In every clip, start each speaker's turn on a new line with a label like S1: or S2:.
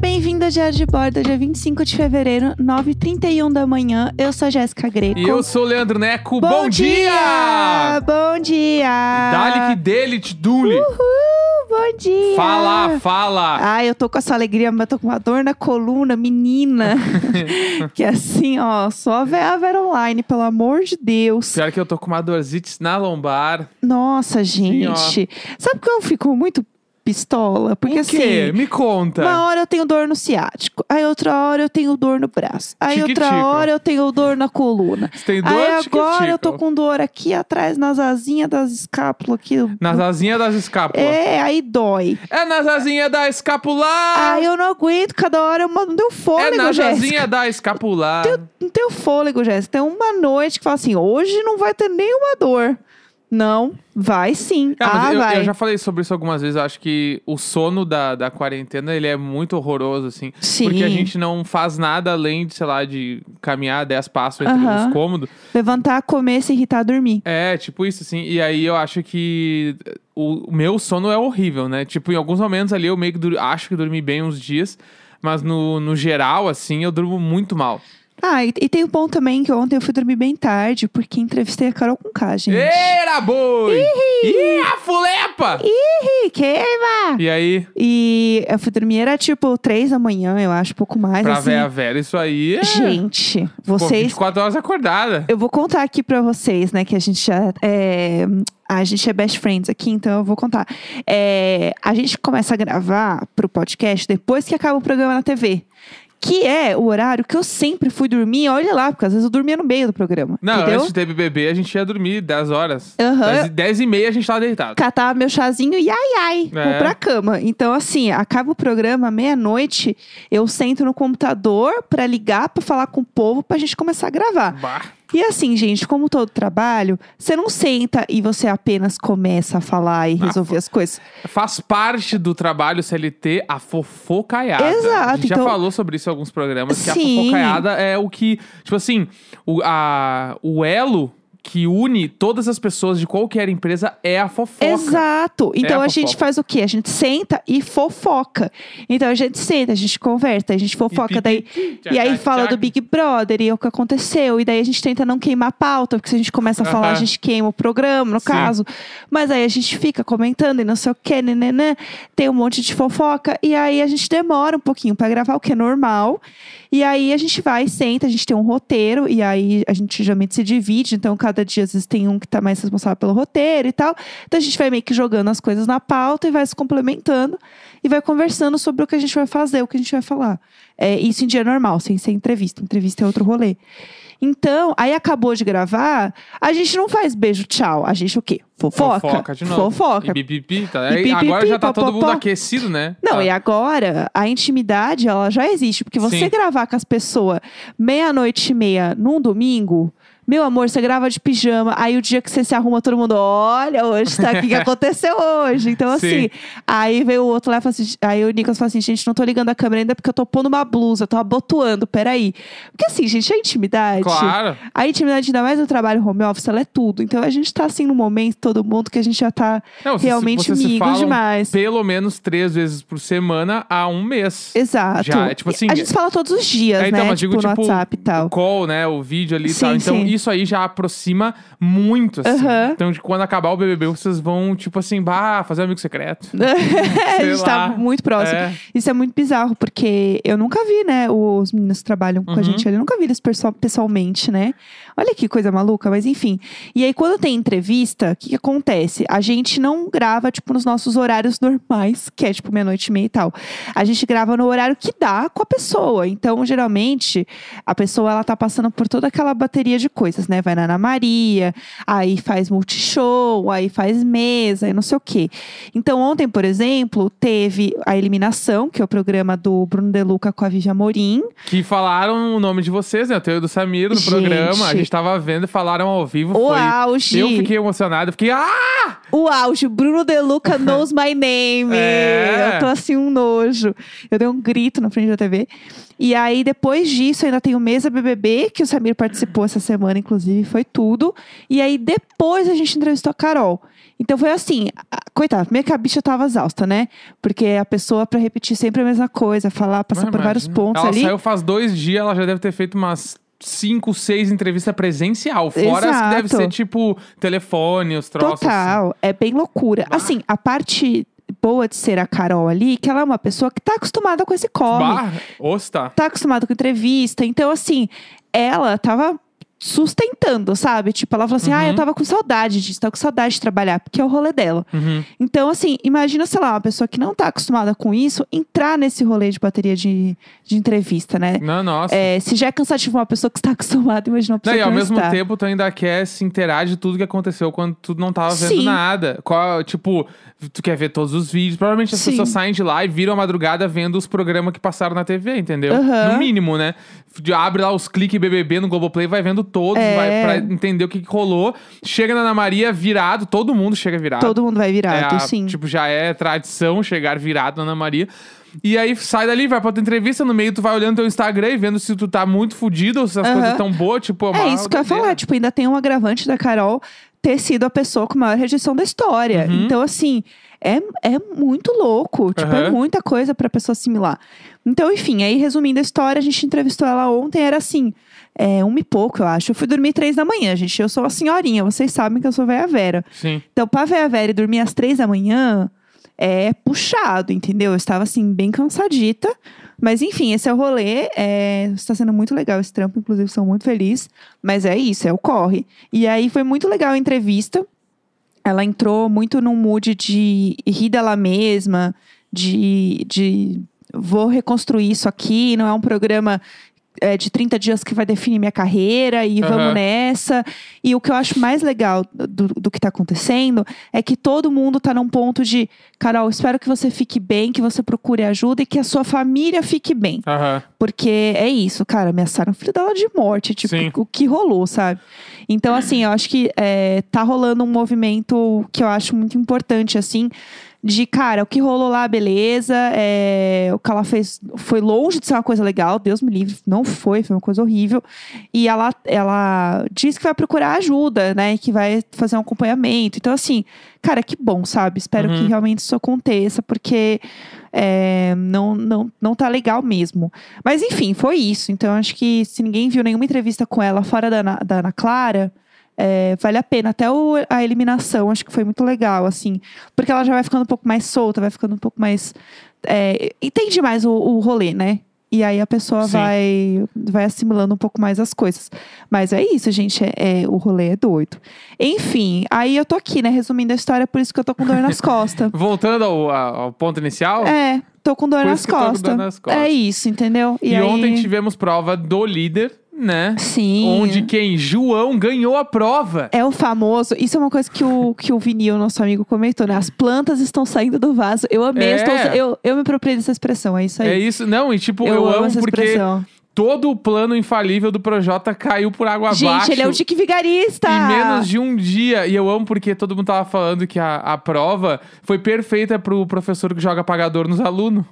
S1: Bem-vindo ao Diário de Bordo, dia 25 de fevereiro, 9h31 da manhã. Eu sou a Jéssica Greco.
S2: E eu sou o Leandro Neco.
S1: Bom,
S2: Bom, dia!
S1: Bom dia!
S2: Dali que dele, te dule.
S1: Uhul! Bom dia! Ah,
S2: Fala, fala.
S1: Ai, eu tô com essa alegria, mas tô com uma dor na coluna, menina. que assim, ó, só a Vera, a Vera Online, pelo amor de Deus.
S2: Pior que eu tô com uma dorzite na lombar.
S1: Nossa, gente. Sabe que eu fico muito pistola? Porque
S2: o quê?
S1: assim.
S2: Me conta.
S1: Uma hora eu tenho dor no ciático, aí outra hora eu tenho dor no braço, aí outra
S2: Tiquitico.
S1: hora eu tenho dor na coluna.
S2: Você tem dor,
S1: aí agora
S2: tiquitico?
S1: eu tô com dor aqui atrás, nas asinhas das escápulas aqui.
S2: tipo? Nas asinhas das escápulas.
S1: É, aí dói.
S2: É, nas asinhas da escapular.
S1: Aí eu não aguento, cada hora eu mando- não deu
S2: Ah. é
S1: fôlego,
S2: nas
S1: Jéssica.
S2: asinhas da escapular.
S1: Não deu fôlego, Jéssica. Tem uma noite que fala assim, hoje não vai ter nenhuma dor. Não, vai sim.
S2: Ah, mas
S1: ah,
S2: eu,
S1: vai.
S2: eu já falei sobre isso algumas vezes. Eu acho que o sono da, da quarentena, ele é muito horroroso, assim.
S1: Sim.
S2: Porque a gente não faz nada além de, sei lá, de caminhar 10 passos entre
S1: Aham.
S2: os cômodos.
S1: Levantar, comer, se irritar, dormir.
S2: É, tipo isso, assim. E aí eu acho que eh, o o meu sono é horrível, né? Tipo, em alguns momentos ali eu meio que dur- acho que dormi bem uns dias. Mas no, no geral, assim, eu durmo muito mal.
S1: Ah, e, e tem um ponto também que ontem eu fui dormir bem tarde, porque entrevistei a Carol Conká, gente.
S2: Eira, boi! Ih, a fulepa!
S1: Ih, queima!
S2: E aí,
S1: E eu fui dormir, era tipo três da manhã, eu acho, pouco mais,
S2: pra
S1: assim.
S2: ver a Vera, isso aí é...
S1: Gente,
S2: Pô,
S1: vocês
S2: 24 horas acordada.
S1: Eu vou contar aqui pra vocês, né, que a gente já é, a gente é best friends aqui, então eu vou contar. É, a gente começa a gravar pro podcast depois que acaba o programa na TV. Que é o horário que eu sempre fui dormir, olha lá, porque às vezes eu dormia no meio do programa.
S2: Não,
S1: entendeu?
S2: antes de ter BBB, a gente ia dormir 10 horas.
S1: Aham.
S2: 10, e meia a gente tava deitado.
S1: Catava meu chazinho e ai ai,
S2: É.
S1: vou pra cama. Então, assim, acaba o programa meia-noite, eu sento no computador pra ligar, pra falar com o povo, pra gente começar a gravar.
S2: Bah.
S1: E assim, gente, como todo trabalho, você não senta e você apenas começa a falar e resolver as coisas.
S2: Faz parte do trabalho CLT a fofocaiada.
S1: Exato,
S2: A gente
S1: então-
S2: já falou sobre isso em alguns programas, que
S1: Sim.
S2: a fofocaiada é o que, tipo assim, o, a- o elo que une todas as pessoas de qualquer empresa é a fofoca. É
S1: Exato. Então
S2: a
S1: a, gente
S2: fofoca.
S1: faz o quê? A gente senta e fofoca. Então a gente senta, a gente conversa, a gente fofoca, daí. E aí fala do Big Brother e é o que aconteceu. E daí a gente tenta não queimar a pauta, porque se a gente começa a falar, a
S2: Aham.
S1: gente queima o programa, no
S2: Sim.
S1: caso. Mas aí a gente fica comentando e não sei o que, nenenã. Tem um monte de fofoca. E aí a gente demora um pouquinho pra gravar, o que é normal. E aí a gente vai, senta, a gente tem um roteiro. E aí a gente geralmente se divide. Então cada dia às vezes tem um que tá mais responsável pelo roteiro e tal. Então a gente vai meio que jogando as coisas na pauta e vai se complementando. E vai conversando sobre o que a gente vai fazer, o que a gente vai falar. É, isso em dia normal, sem ser entrevista. Entrevista é outro rolê. Então, aí acabou de gravar, a gente não faz beijo, tchau. A gente o quê? Fofoca.
S2: Fofoca de novo.
S1: Fofoca.
S2: E pipipi, tá?
S1: E
S2: Aí
S1: pipipi,
S2: agora já tá todo
S1: popopó.
S2: mundo aquecido, né?
S1: Não,
S2: tá.
S1: e agora a intimidade, ela já existe. Porque você
S2: Sim.
S1: gravar com as pessoas meia-noite e meia num domingo, meu amor, você grava de pijama, aí o dia que você se arruma, todo mundo, olha, hoje tá, o que, que aconteceu hoje? Então, assim,
S2: Sim.
S1: aí veio o outro lá e fala assim, aí o Nicolas fala assim, gente, não tô ligando a câmera ainda porque eu tô pondo uma blusa, tô abotoando, peraí. Porque assim, gente, a intimidade...
S2: Tá, Claro.
S1: A intimidade, ainda mais no trabalho home office, ela é tudo. Então a gente tá assim no momento, todo mundo, que a gente já tá
S2: Não, se-
S1: realmente
S2: vocês se um
S1: amigo
S2: falam
S1: demais.
S2: Pelo menos três vezes por semana há um mês.
S1: Exato.
S2: Já, é tipo assim-
S1: A gente fala todos os dias,
S2: É,
S1: né?
S2: então, mas digo,
S1: tipo, no
S2: tipo,
S1: WhatsApp e
S2: o
S1: tal.
S2: call, né? O vídeo ali e
S1: Sim,
S2: tal. Então,
S1: sim.
S2: isso aí já aproxima muito, assim.
S1: Aham.
S2: Então, de quando acabar o BBB, vocês vão, tipo assim, bah, fazer um amigo secreto.
S1: a gente tá
S2: lá.
S1: muito próximo.
S2: É.
S1: Isso é muito bizarro, porque eu nunca vi, né? Os meninos que trabalham com a
S2: Uhum.
S1: gente ali, eu nunca vi eles perso- pessoalmente, né? Olha que coisa maluca, mas enfim. E aí, quando tem entrevista, o que, que acontece? A gente não grava, tipo, nos nossos horários normais, que é tipo meia-noite e meia e tal. A gente grava no horário que dá com a pessoa. Então, geralmente, a pessoa ela tá passando por toda aquela bateria de coisas, né? Vai na Ana Maria, aí faz multishow, aí faz mesa e não sei o quê. Então, ontem, por exemplo, teve a eliminação, que é o programa do Bruno Deluca com a Vivi Amorim.
S2: Que falaram o nome de vocês, né? O teu e do Samir no
S1: Gente.
S2: programa. A gente tava vendo, falaram ao vivo.
S1: O
S2: foi...
S1: auge!
S2: Eu fiquei emocionado. eu Fiquei, ah!
S1: o auge. Bruno De Luca knows my name.
S2: É.
S1: Eu tô assim, um nojo. Eu dei um grito na frente da TV. E aí, depois disso, ainda tem o Mesa BBB, que o Samir participou essa semana, inclusive, foi tudo. E aí, depois a gente entrevistou a Carol. Então foi assim, a- coitada, primeiro que a bicha tava exausta, né? Porque a pessoa, pra repetir sempre a mesma coisa, falar, passar
S2: Ah,
S1: por vários
S2: imagina.
S1: pontos
S2: ela
S1: ali.
S2: saiu faz dois dias, ela já deve ter feito umas cinco, seis entrevistas presencial. Fora as que deve
S1: Exato.
S2: ser tipo telefone, os troços. assim.
S1: Total, é bem loucura.
S2: Bah.
S1: Assim, a parte boa de ser a Carol ali, que ela é uma pessoa que tá acostumada com esse come,
S2: Bah, osta.
S1: tá acostumada com entrevista. Então, assim, ela tava sustentando, sabe? Tipo, ela falou assim: ah, eu
S2: Uhum.
S1: tava com saudade disso, tava com saudade de trabalhar, porque é o rolê dela.
S2: Uhum.
S1: Então, assim, imagina, sei lá, uma pessoa que não tá acostumada com isso entrar nesse rolê de bateria de, de entrevista, né?
S2: Não, nossa.
S1: É, se já é cansativo uma pessoa que está acostumada, imagina uma
S2: Não,
S1: pessoa
S2: e ao
S1: que não
S2: mesmo
S1: está.
S2: tempo, tu ainda quer se inteirar de tudo que aconteceu quando tu não tava vendo
S1: Sim.
S2: nada. Qual, tipo, tu quer ver todos os vídeos. Provavelmente as
S1: Sim.
S2: pessoas saem de lá e viram a madrugada vendo os programas que passaram na TV, entendeu?
S1: Aham.
S2: No mínimo, né? De- Abre lá os cliques BBB no Globoplay, vai vendo todos,
S1: É.
S2: vai pra entender o que, que rolou. Chega na Ana Maria virado, todo mundo chega virado.
S1: Todo mundo vai virado,
S2: É a-
S1: sim.
S2: Tipo, já é tradição chegar virado na Ana Maria. E aí sai dali, vai pra tua entrevista, no meio tu vai olhando teu Instagram e vendo se tu tá muito fudido ou se as
S1: Aham.
S2: coisas tão boas, tipo, uma
S1: É isso que eu ia
S2: doideira.
S1: falar. Tipo, ainda tem um agravante da Carol ter sido a pessoa com maior rejeição da história.
S2: Uhum.
S1: Então, assim, é, é muito louco. Tipo, é
S2: Aham.
S1: muita coisa pra pessoa assimilar. Então, enfim, aí resumindo a história, a gente entrevistou ela ontem, era assim, é, uma e pouco, eu acho. Eu fui dormir três da manhã, gente. Eu sou uma senhorinha, vocês sabem que eu sou velha Vera.
S2: Sim.
S1: Então, pra ver a Vera e dormir às três da manhã é puxado, entendeu? Eu estava, assim, bem cansadita. Mas, enfim, esse é o rolê. É, Está sendo muito legal esse trampo, inclusive, sou muito feliz. Mas é isso, é o corre. E aí foi muito legal a entrevista. Ela entrou muito num mood de rir dela mesma, de. de vou reconstruir isso aqui, não é um programa. é, de 30 dias que vai definir minha carreira e
S2: Aham.
S1: vamos nessa. E o que eu acho mais legal do, do que tá acontecendo é que todo mundo tá num ponto de, Carol, espero que você fique bem, que você procure ajuda e que a sua família fique bem.
S2: Aham.
S1: Porque é isso, cara, ameaçaram o filho dela de morte, tipo,
S2: Sim.
S1: o que rolou, sabe? Então, assim, eu acho que é, tá rolando um movimento que eu acho muito importante, assim, de, cara, o que rolou lá, beleza, é, o que ela fez foi longe de ser uma coisa legal, Deus me livre, não foi, foi uma coisa horrível. E ela, ela diz que vai procurar ajuda, né, que vai fazer um acompanhamento. Então, assim, cara, que bom, sabe? Espero
S2: Uhum.
S1: que realmente isso aconteça, porque é, não, não, não tá legal mesmo. Mas enfim, foi isso. Então acho que se ninguém viu nenhuma entrevista com ela fora da, Ana- da Ana Clara, é, vale a pena. Até o- a eliminação, acho que foi muito legal, assim. Porque ela já vai ficando um pouco mais solta, vai ficando um pouco mais. é, entende mais o, o rolê, né? E aí a pessoa
S2: Sim.
S1: vai, vai assimilando um pouco mais as coisas. Mas é isso, gente. É, é- o rolê é doido. Enfim, aí eu tô aqui, né? Resumindo a história, por isso que eu tô com dor nas costas.
S2: Voltando ao, ao ao ponto inicial.
S1: É, tô com dor
S2: Por
S1: nas
S2: isso que eu tô com dor
S1: costas.
S2: nas costas.
S1: É isso, entendeu?
S2: E,
S1: aí...
S2: ontem tivemos prova do líder, né?
S1: Sim.
S2: Onde quem? João ganhou a prova.
S1: É o famoso. Isso é uma coisa que o, que o Vinil, nosso amigo, comentou, né? As plantas estão saindo do vaso. Eu amei.
S2: É.
S1: eu estou- eu, eu me apropriei dessa expressão, é isso aí.
S2: É isso, não, e tipo, eu,
S1: amo,
S2: amo
S1: essa
S2: porque
S1: expressão.
S2: todo o plano infalível do Projota caiu por água
S1: Gente,
S2: abaixo.
S1: ele é o Dick Vigarista!
S2: Em menos de um dia. E eu amo porque todo mundo tava falando que a, a prova foi perfeita pro professor que joga apagador nos alunos.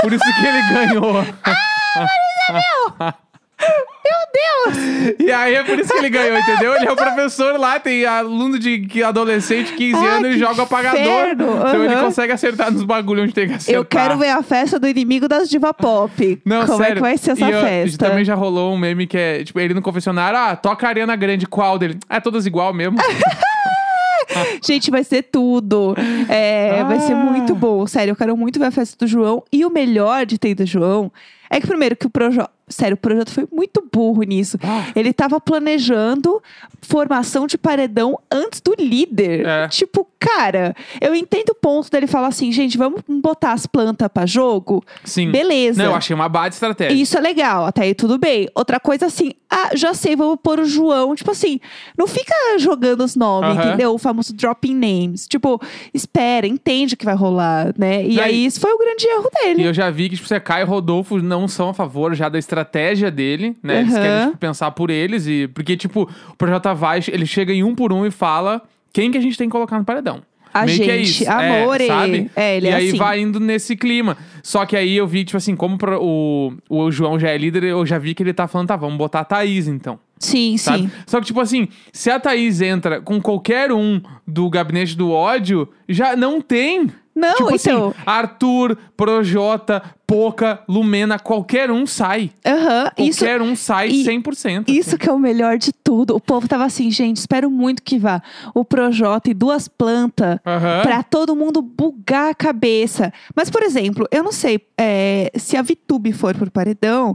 S2: Por isso que ele ganhou.
S1: Ah,
S2: E aí é por isso que ele ganhou, entendeu? Ele é o professor lá, tem aluno de que- adolescente, 15
S1: Ah,
S2: anos,
S1: que
S2: e joga o apagador.
S1: inferno,
S2: Então ele
S1: aham.
S2: consegue acertar nos bagulhos onde tem que acertar.
S1: Eu quero ver a festa do inimigo das diva pop.
S2: Não,
S1: Como
S2: sério.
S1: é que vai ser essa
S2: E eu-
S1: festa?
S2: também já rolou um meme que é, tipo, ele no confessionário, ah, toca a Ariana Grande, qual dele? Ah, todas igual mesmo.
S1: Gente, vai ser tudo. É,
S2: Ah.
S1: Vai ser muito bom. Sério, eu quero muito ver a festa do João. E o melhor de ter do João é que, primeiro, que o projeto. Sério, o projeto foi muito burro nisso.
S2: Ah.
S1: Ele tava planejando formação de paredão antes do líder.
S2: É.
S1: Tipo, cara, eu entendo o ponto dele falar assim, gente, vamos botar as plantas pra jogo?
S2: Sim.
S1: Beleza.
S2: Não, eu achei uma baita estratégia.
S1: Isso é legal, até aí tudo bem. Outra coisa assim, ah, já sei, vamos pôr o João. Tipo assim, não fica jogando os nomes,
S2: Aham.
S1: entendeu? O famoso dropping names. Tipo, espera, entende o que vai rolar, né? E
S2: Não,
S1: aí,
S2: e-
S1: isso foi o grande erro
S2: E
S1: dele.
S2: eu já vi que, tipo, você Caio e Rodolfo não são a favor já da estratégia dele, né? Eles
S1: Aham.
S2: querem, tipo, pensar por eles e... Porque, tipo, o Projota vai, ele chega em um por um e fala quem que a gente tem que colocar no paredão.
S1: A
S2: Meio que é
S1: gente,
S2: isso.
S1: amore.
S2: É, sabe?
S1: É, ele
S2: e
S1: é
S2: aí
S1: assim.
S2: vai indo nesse clima. Só que aí eu vi, tipo assim, como pro- o, o João já é líder, eu já vi que ele tá falando, tá, vamos botar a Thaís então.
S1: Sim,
S2: Sabe?
S1: sim.
S2: Só que, tipo assim, se a Thaís entra com qualquer um do gabinete do ódio, já não tem.
S1: Não,
S2: tipo
S1: então.
S2: assim, Arthur, Projota, Poca, Lumena, qualquer um sai.
S1: Aham, isso.
S2: Qualquer um sai
S1: e-
S2: 100%.
S1: Isso que é o melhor de tudo. O povo tava assim, gente, espero muito que vá. O Projota e duas plantas
S2: Aham.
S1: pra todo mundo bugar a cabeça. Mas, por exemplo, eu não sei é, se a Vitube for pro paredão,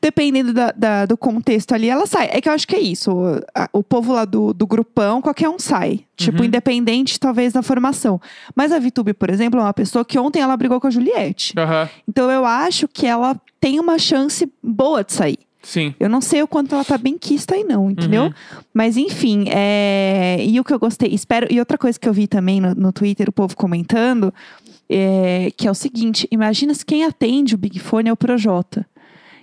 S1: dependendo da- da- do contexto ali, ela sai. É que eu acho que é isso. O, a- o povo lá do, do grupão, qualquer um sai. Tipo,
S2: Uhum.
S1: independente, talvez, da formação. Mas a Vitube, por exemplo, é uma pessoa que ontem ela brigou com a Juliette.
S2: Aham.
S1: Então eu acho que ela tem uma chance boa de sair.
S2: Sim.
S1: Eu não sei o quanto ela tá bem quista aí, não, entendeu?
S2: Uhum.
S1: Mas enfim, é... e o que eu gostei, espero. E outra coisa que eu vi também no, no Twitter, o povo comentando, é... que é o seguinte: imagina se quem atende o Big Fone é o Projota.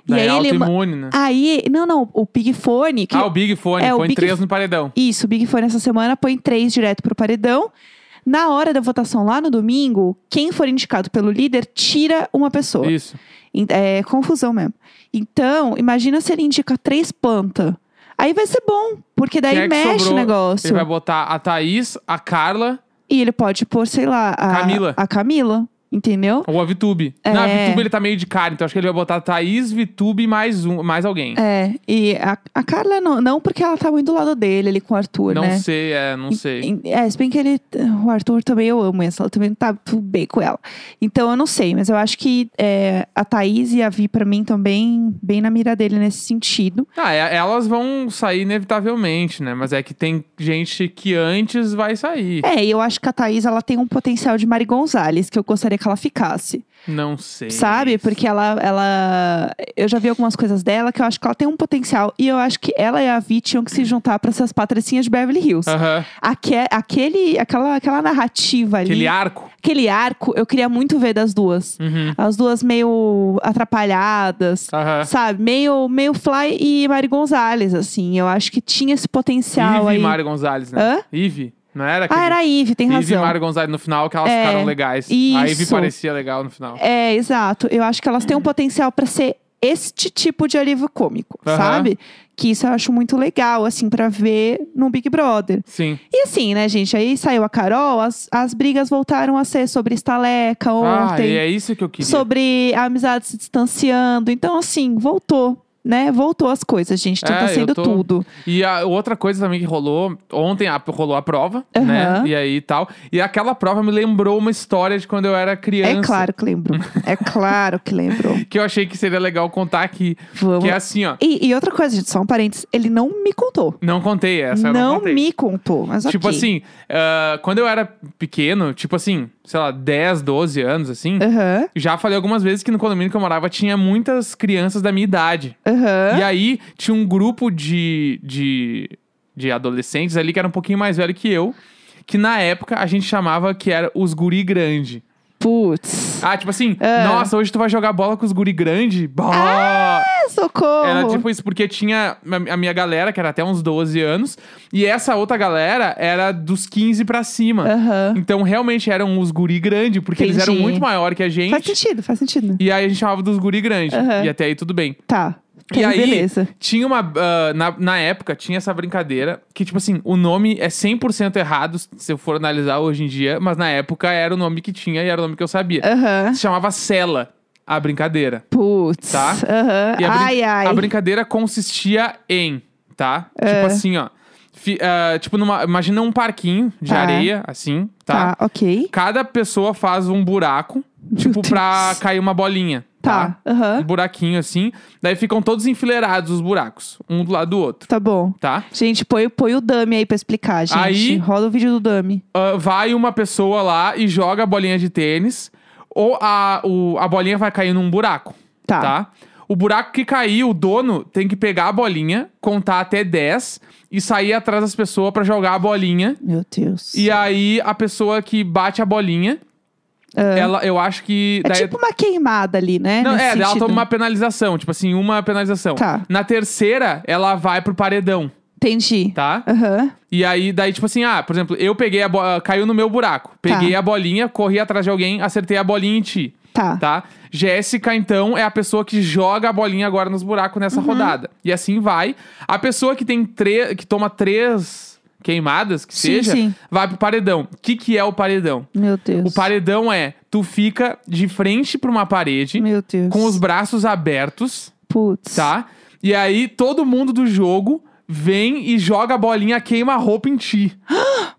S2: Daí
S1: e aí ele. ma-
S2: autoimune, né?
S1: Aí, não, não, o Big Fone. Que...
S2: Ah, o Big Fone,
S1: É, o
S2: põe
S1: Big
S2: três
S1: F-
S2: no paredão.
S1: Isso, o Big Fone essa semana põe três direto pro paredão. Na hora da votação lá no domingo, quem for indicado pelo líder tira uma pessoa.
S2: Isso.
S1: In- É confusão mesmo. Então, imagina se ele indica três plantas. Aí vai ser bom, porque daí
S2: Quem é que
S1: mexe o
S2: sobrou? Ele
S1: negócio.
S2: vai botar a Thaís, a Carla
S1: E ele pode pôr, sei lá, a
S2: Camila.
S1: A Camila, entendeu?
S2: ou a Vitube.
S1: É.
S2: Não, a Vitube ele tá meio de cara, então acho que ele vai botar a Thaís, Vitube e mais, um, mais alguém.
S1: É, e a, a Carla não, não porque ela tá muito do lado dele ali com o Arthur,
S2: não
S1: né?
S2: sei, é, não sei.
S1: Em- É, se bem que ele. O Arthur também eu amo essa. Ela também não tá tudo bem com ela. Então eu não sei, mas eu acho que é, a Thaís e a Vi, pra mim, também bem na mira dele nesse sentido.
S2: Ah, é- elas vão sair inevitavelmente, né? Mas é que tem gente que antes vai sair.
S1: É, e eu acho que a Thaís ela tem um potencial de Mari Gonzalez, que eu gostaria que ela ficasse.
S2: Não sei.
S1: Sabe? Porque ela, ela. Eu já vi algumas coisas dela que eu acho que ela tem um potencial. E eu acho que ela e a Vi tinham que se juntar pra essas patricinhas de Beverly Hills.
S2: Aham.
S1: Aque, aquele, aquela, aquela narrativa ali,
S2: Aquele arco.
S1: aquele arco, eu queria muito ver das duas.
S2: Uhum.
S1: As duas meio atrapalhadas.
S2: Aham.
S1: Sabe, meio, meio Fly e Mari Gonzalez, assim. Eu acho que tinha esse potencial
S2: Ive
S1: aí.
S2: e Mário Gonzalez, né?
S1: Hã?
S2: Ive. Não era aquele.
S1: Ah, era a Ive, tem
S2: Ive e
S1: razão.
S2: Mário Gonzalez no final, que elas
S1: É,
S2: ficaram legais. A Ive
S1: isso.
S2: parecia legal no final.
S1: É, exato. Eu acho que elas têm um potencial pra ser este tipo de alívio cômico,
S2: Aham.
S1: sabe? Que isso eu acho muito legal, assim, pra ver no Big Brother.
S2: Sim.
S1: E assim, né, gente? Aí saiu a Carol, as, as brigas voltaram a ser sobre estaleca
S2: Ah, e
S1: ontem,
S2: é isso que eu queria.
S1: sobre a amizade se distanciando. Então, assim, voltou. Né? Voltou as coisas, gente. Então
S2: É,
S1: tá
S2: eu
S1: sendo
S2: tô-
S1: tudo.
S2: E a outra coisa também que rolou, ontem a- rolou a prova,
S1: Aham.
S2: né? E aí e tal. E aquela prova me lembrou uma história de quando eu era criança.
S1: É claro que lembrou. é claro que lembrou.
S2: Que eu achei que seria legal contar aqui.
S1: Vamos.
S2: Que é assim, ó.
S1: E, e outra coisa, gente, só um parênteses. Ele não me contou.
S2: Não contei essa, eu não
S1: não
S2: contei.
S1: me contou. Mas
S2: Tipo
S1: ok.
S2: assim, ah, quando eu era pequeno, tipo assim, sei lá, 10, 12 anos, assim,
S1: Aham,
S2: já falei algumas vezes que no condomínio que eu morava tinha muitas crianças da minha idade.
S1: aham.
S2: E aí tinha um grupo de, de, de adolescentes ali que era um pouquinho mais velho que eu, que na época a gente chamava que era os guri grande.
S1: Putz.
S2: Ah, tipo assim,
S1: Ah.
S2: nossa, hoje tu vai jogar bola com os guri grande? Bah!
S1: É, socorro.
S2: Era tipo isso, porque tinha a a minha galera, que era até uns 12 anos, e essa outra galera era dos 15 pra cima.
S1: Aham.
S2: Então realmente eram os guri grande, porque eles eram
S1: Ah. Entendi.
S2: muito maior que a
S1: Faz
S2: gente.
S1: sentido, faz sentido.
S2: E aí a gente chamava dos guri grande.
S1: Aham.
S2: E até aí tudo bem.
S1: Tá.
S2: E aí,
S1: Beleza.
S2: tinha uma. ah, na, na época, tinha essa brincadeira que, tipo assim, o nome é 100% errado, se eu for analisar hoje em dia, mas na época era o nome que tinha e era o nome que eu sabia.
S1: Aham.
S2: Se chamava Cela, a brincadeira.
S1: Putz.
S2: Tá.
S1: Aham.
S2: E a brin-
S1: Ai, ai.
S2: A brincadeira consistia em, tá? Tipo assim, ó. Fi- ah, tipo, numa, imagina um parquinho de
S1: Tá.
S2: areia, assim, tá?
S1: Tá, ok.
S2: Cada pessoa faz um buraco, tipo,
S1: Deus.
S2: pra cair uma bolinha. Tá.
S1: Tá. Aham.
S2: Um buraquinho assim. Daí ficam todos enfileirados os buracos, um do lado do outro,
S1: Tá bom.
S2: tá?
S1: Gente, põe, põe o dummy aí pra explicar, gente.
S2: Aí-
S1: Rola o vídeo do dummy.
S2: Ah, vai uma pessoa lá e joga a bolinha de tênis, ou a, o- a bolinha vai cair num buraco,
S1: Tá.
S2: tá? O buraco que cair, o dono tem que pegar a bolinha, contar até 10 e sair atrás das pessoas pra jogar a bolinha.
S1: Meu Deus.
S2: E aí a pessoa que bate a bolinha, ela, eu acho que.
S1: Ah. É
S2: daí-
S1: tipo uma queimada ali, né?
S2: Não,
S1: Nesse
S2: é, ela
S1: sentido.
S2: toma uma penalização, tipo assim, uma penalização.
S1: Tá.
S2: Na terceira, ela vai pro paredão.
S1: Entendi.
S2: tá?
S1: Aham.
S2: E aí, daí, tipo assim, ah, por exemplo, eu peguei a bola, caiu no meu buraco. Peguei
S1: Tá.
S2: a bolinha, corri atrás de alguém, acertei a bolinha em ti,
S1: Tá.
S2: tá? Jéssica, então, é a pessoa que joga a bolinha agora nos buracos nessa
S1: Uhum.
S2: rodada. E assim vai. A pessoa que tem três, que toma três queimadas, que
S1: Sim,
S2: seja,
S1: sim.
S2: vai pro paredão. O que, que é o paredão?
S1: Meu Deus.
S2: O paredão é, tu fica de frente pra uma parede,
S1: Meu Deus.
S2: com os braços abertos,
S1: Putz.
S2: tá? E aí todo mundo do jogo vem e joga a bolinha queima-roupa em ti.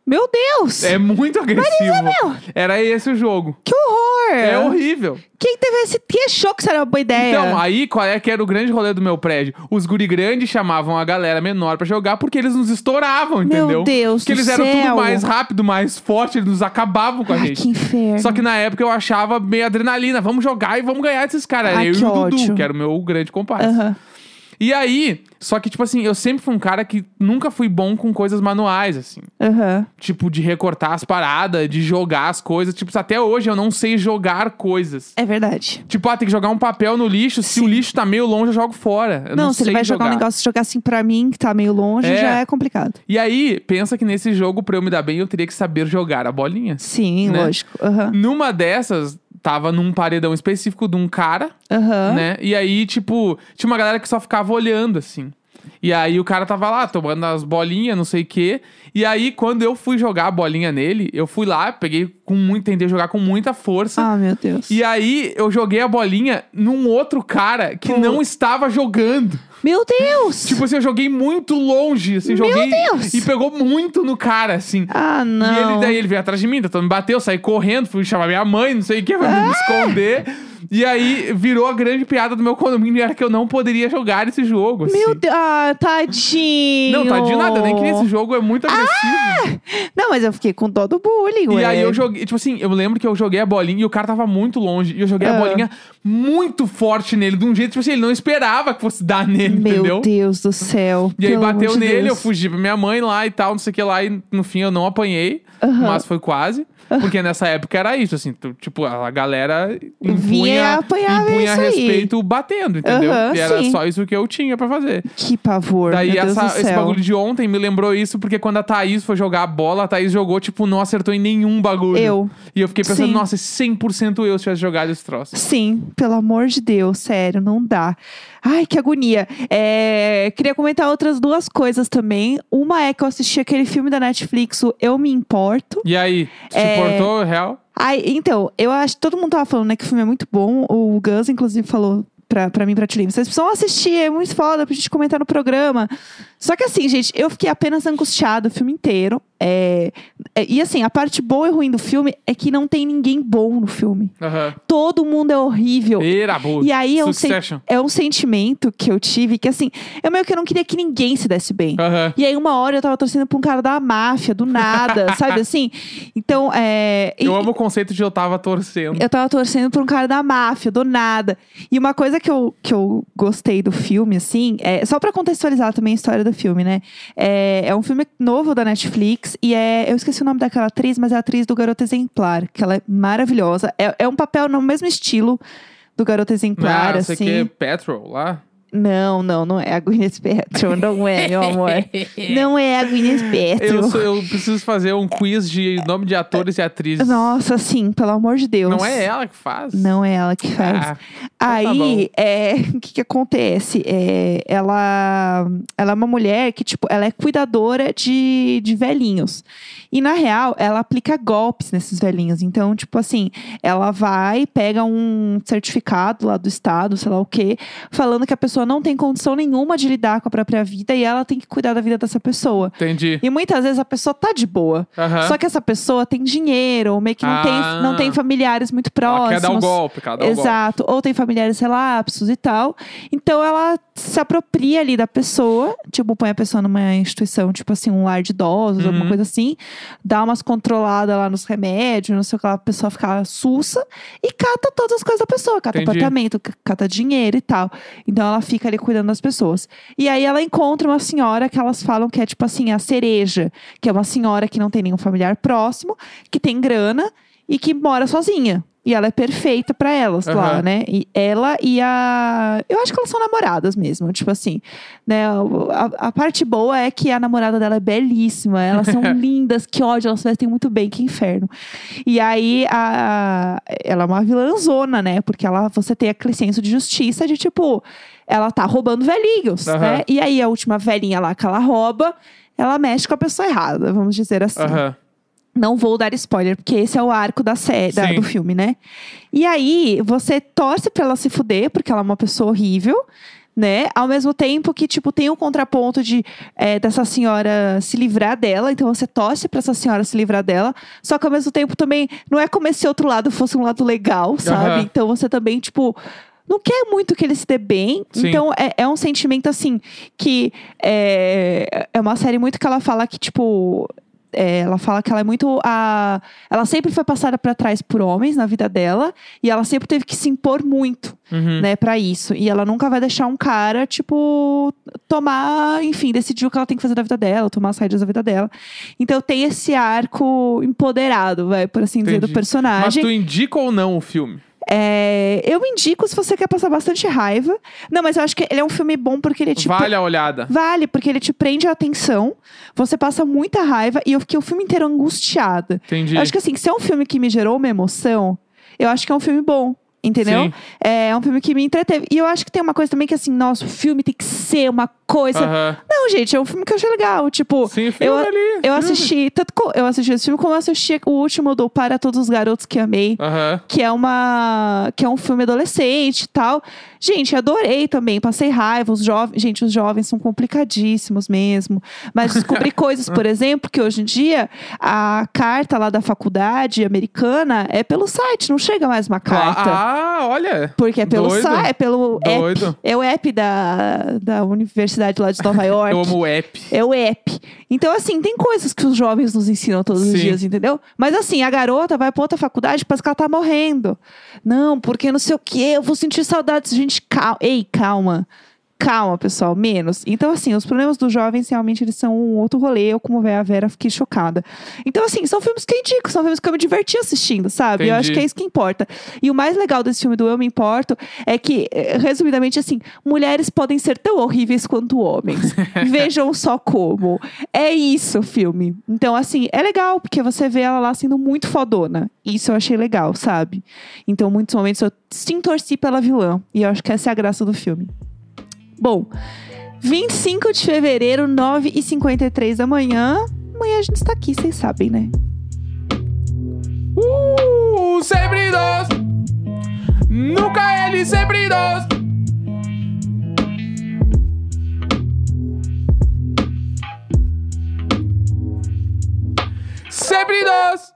S1: Meu Deus!
S2: É muito agressivo.
S1: meu!
S2: Era esse o jogo.
S1: Que horror!
S2: É horrível.
S1: Quem teve esse. Quem achou que isso era uma boa ideia?
S2: Então, aí qual é que era o grande rolê do meu prédio? Os guri grandes chamavam a galera menor pra jogar porque eles nos estouravam,
S1: Meu
S2: entendeu?
S1: Deus
S2: Porque
S1: do
S2: eles eram
S1: céu.
S2: tudo mais rápido, mais forte, eles nos acabavam com a
S1: Ai,
S2: gente.
S1: que inferno.
S2: Só que na época eu achava meio adrenalina. Vamos jogar e vamos ganhar esses caras.
S1: Ai,
S2: eu
S1: que
S2: e o Dudu,
S1: ódio.
S2: que era o meu grande compadre.
S1: Aham.
S2: E aí, só que, tipo assim, eu sempre fui um cara que nunca fui bom com coisas manuais, assim.
S1: Aham.
S2: Tipo, de recortar as paradas, de jogar as coisas. Tipo, até hoje eu não sei jogar coisas.
S1: É verdade.
S2: Tipo, ah, tem que jogar um papel no lixo. Se o lixo tá meio longe, eu jogo fora. Eu não,
S1: se ele
S2: sei
S1: vai jogar, um negócio jogar assim pra mim, que tá meio longe,
S2: É.
S1: já é complicado.
S2: E aí, pensa que nesse jogo, pra eu me dar bem, eu teria que saber jogar a bolinha.
S1: Sim,
S2: Né?
S1: lógico. Aham.
S2: Numa dessas, tava num paredão específico de um cara.
S1: Aham.
S2: né? E aí, tipo, tinha uma galera que só ficava olhando, assim. E aí o cara tava lá, tomando as bolinhas, não sei o quê. E aí, quando eu fui jogar a bolinha nele, eu fui lá, peguei com muito, tentei jogar com muita força.
S1: Ah, meu Deus.
S2: E aí, eu joguei a bolinha num outro cara que
S1: Pô.
S2: não estava jogando.
S1: Meu Deus!
S2: Tipo assim, eu joguei muito longe, assim,
S1: Meu
S2: joguei
S1: Deus!
S2: e pegou muito no cara, assim.
S1: Ah, não.
S2: E ele, daí tipo ele veio atrás de mim, tá tentou me bater, eu saí correndo, fui chamar minha mãe, não sei o que, pra
S1: Ah!"
S2: me esconder. E aí virou a grande piada do meu condomínio, era que eu não poderia jogar esse jogo. assim.
S1: Meu Deus. Ah, tadinho.
S2: Não, tá de nada, eu nem queria esse jogo, é muito agressivo.
S1: Não, mas eu fiquei com dó do bullying,
S2: e
S1: Ah, ué.
S2: aí eu joguei, tipo assim, eu lembro que eu joguei a bolinha e o cara tava muito longe. E eu joguei
S1: Ah.
S2: a bolinha muito forte nele, de um jeito, tipo assim, ele não esperava que fosse dar nele,
S1: Meu
S2: entendeu?
S1: Deus do céu.
S2: E aí
S1: pelo amor
S2: bateu
S1: de
S2: nele, eu
S1: Deus.
S2: fugi pra minha mãe lá e tal, não sei o que lá, e no fim eu não apanhei,
S1: Aham.
S2: mas foi quase. Porque nessa época era isso, assim, tu- tipo, a galera impunha,
S1: Vinha e apanhava
S2: impunha
S1: isso aí.
S2: respeito batendo, entendeu?
S1: Aham,
S2: e era
S1: sim.
S2: só isso que eu tinha pra fazer.
S1: Que pavor.
S2: Daí
S1: meu Deus
S2: essa-
S1: do
S2: esse
S1: céu.
S2: bagulho de ontem me lembrou isso, porque quando a Thaís foi jogar a bola, a Thaís jogou, tipo, não acertou em nenhum bagulho.
S1: Eu.
S2: E eu fiquei pensando,
S1: Sim.
S2: nossa, 100% eu se tivesse jogado esse troço.
S1: Sim, pelo amor de Deus, sério, não dá. Ai, que agonia. É, queria comentar outras duas coisas também. Uma é que eu assisti aquele filme da Netflix, o Eu Me Importo.
S2: E aí, se
S1: É.
S2: portou, real?
S1: Ai, então, eu acho que todo mundo tava falando né, que o filme é muito bom. O Gus, inclusive, falou pra, pra mim, pra Tilim. Vocês precisam assistir, é muito foda pra gente comentar no programa. Só que assim, gente, eu fiquei apenas angustiada o filme inteiro. É, é, e assim, a parte boa e ruim do filme é que não tem ninguém bom no filme.
S2: Aham.
S1: Todo mundo é horrível.
S2: Era boa.
S1: E aí é um, sen-
S2: Succession.
S1: é um sentimento que eu tive que, assim, eu meio que não queria que ninguém se desse bem.
S2: Aham.
S1: E aí, uma hora eu tava torcendo pra um cara da máfia, do nada, sabe assim? Então, é. e-
S2: Eu amo o conceito de eu tava torcendo.
S1: eu tava torcendo pra um cara da máfia, do nada. E uma coisa que eu, que eu gostei do filme, assim, é, só pra contextualizar também a história do filme, né? É, é um filme novo da Netflix e é. Eu esqueci o nome daquela atriz, mas é a atriz do Garota Exemplar, que ela é maravilhosa. É, é um papel no mesmo estilo do Garota Exemplar,
S2: ah,
S1: assim.
S2: sei que Petrol lá.
S1: Não, não, não é a Gwyneth Paltrow, não é, meu amor. Não é a Gwyneth
S2: Eu,
S1: Paltrow.
S2: sou- eu preciso fazer um quiz de nome de atores e atrizes.
S1: Nossa, sim, pelo amor de Deus.
S2: Não é ela que faz?
S1: Não é ela que faz.
S2: Ah,
S1: Aí, é, o que que acontece? É, ela, ela é uma mulher que, tipo, ela é cuidadora de, de velhinhos. E, na real, ela aplica golpes nesses velhinhos. Então, tipo assim, ela vai, pega um certificado lá do Estado, sei lá o quê, falando que a pessoa não tem condição nenhuma de lidar com a própria vida e ela tem que cuidar da vida dessa pessoa.
S2: entendi.
S1: E muitas vezes a pessoa tá de boa.
S2: Aham.
S1: Só que essa pessoa tem dinheiro, ou meio que não,
S2: Ah.
S1: tem, não tem familiares muito próximos.
S2: ela quer dar um golpe, ela dá um golpe.
S1: Exato. Ou tem familiares relapsos e tal. Então ela se apropria ali da pessoa, tipo, põe a pessoa numa instituição, tipo assim, um lar de idosos, alguma
S2: Uhum.
S1: coisa assim, dá umas controladas lá nos remédios, não sei o que lá, a pessoa fica sussa e cata todas as coisas da pessoa, cata
S2: Entendi.
S1: apartamento, c- cata dinheiro e tal. Então ela fica ali cuidando das pessoas. E aí ela encontra uma senhora que elas falam que é tipo assim, a cereja, que é uma senhora que não tem nenhum familiar próximo, que tem grana e que mora sozinha. E ela é perfeita pra elas lá,
S2: Aham.
S1: né? E ela e a. Eu acho que elas são namoradas mesmo. Tipo assim, né? o- A, a parte boa é que a namorada dela é belíssima. Elas são lindas, que ódio, elas se vestem muito bem, que inferno. E aí a, ela é uma vilãzona, né? Porque ela, você tem aquele senso de justiça de tipo, ela tá roubando velhinhos,
S2: Aham.
S1: né? E aí a última velhinha lá que ela rouba, ela mexe com a pessoa errada, vamos dizer assim.
S2: Aham.
S1: Não vou dar spoiler, porque esse é o arco da série, da-
S2: Sim.
S1: do filme, né? E aí, você torce pra ela se fuder, porque ela é uma pessoa horrível, né? Ao mesmo tempo que, tipo, tem um contraponto de eh, dessa senhora se livrar dela, então você torce pra essa senhora se livrar dela, só que ao mesmo tempo também, não é como esse outro lado fosse um lado legal, sabe?
S2: Aham.
S1: Então você também, tipo. Não quer muito que ele se dê bem.
S2: Sim.
S1: Então, é, é um sentimento, assim, que é, é uma série muito que ela fala que, tipo, é, ela fala que ela é muito a. Ela sempre foi passada pra trás por homens na vida dela. E ela sempre teve que se impor muito,
S2: Uhum.
S1: né, pra isso. E ela nunca vai deixar um cara, tipo, tomar, enfim, decidir o que ela tem que fazer da vida dela, tomar as saídas da vida dela. Então tem esse arco empoderado, vai, por assim dizer, do
S2: Entendi. Mas
S1: personagem.
S2: tu indica ou não o filme?
S1: É, eu indico se você quer passar bastante raiva. Não, mas eu acho que ele é um filme bom porque ele é tipo.
S2: Vale a olhada.
S1: Vale, porque ele te prende a atenção, você passa muita raiva e eu fiquei o filme inteiro angustiada.
S2: Entendi.
S1: Eu acho que assim, se é um filme que me gerou uma emoção, eu acho que é um filme bom. Entendeu?
S2: Sim.
S1: É, é um filme que me entreteve. E eu acho que tem uma coisa também que, assim, nossa, o filme tem que ser uma coisa.
S2: Aham.
S1: Não, gente, é um filme que eu achei legal. Tipo,
S2: Ah. Sim, filme
S1: eu,
S2: ali.
S1: eu
S2: filme.
S1: assisti. Tanto co- eu assisti esse filme como eu assisti o último do Para Todos os Garotos que Amei
S2: Aham.
S1: que é uma que é um filme adolescente e tal. Gente, adorei também, passei raiva, os jovens, gente, os jovens são complicadíssimos mesmo, mas descobri coisas, por exemplo, que hoje em dia a carta lá da faculdade americana é pelo site, não chega mais uma carta.
S2: Ah, olha.
S1: Porque é pelo
S2: Doido.
S1: site, é pelo app.
S2: Doido.
S1: É o app da, da universidade lá de Nova York.
S2: Eu amo o app.
S1: É o app. Então, assim, tem coisas que os jovens nos ensinam todos os
S2: Sim.
S1: dias, entendeu? Mas, assim, a garota vai pra outra faculdade parece que ela tá morrendo. Não, porque não sei o quê, eu vou sentir saudades. Gente, calma. Ei, calma. Calma, pessoal, menos. Então, assim, os problemas dos jovens realmente eles são um outro rolê. Eu, como a Vera, fiquei chocada. Então, assim, são filmes que eu indico, são filmes que eu me diverti assistindo, sabe? Eu
S2: Entendi.
S1: acho que é isso que importa. E o mais legal desse filme do Eu Me Importo é que, eh, resumidamente, assim, mulheres podem ser tão horríveis quanto homens. Vejam só como. É isso o filme. Então, assim, é legal, porque você vê ela lá sendo muito fodona. Isso eu achei legal, sabe? Então, muitos momentos eu sim torci pela vilã. E eu acho que essa é a graça do filme. Bom, 25 de fevereiro, 9h53 da manhã. Amanhã a gente está aqui, vocês sabem, né?
S2: Uh, sempre dos. Nunca ele, sempre dos. Sempre dos.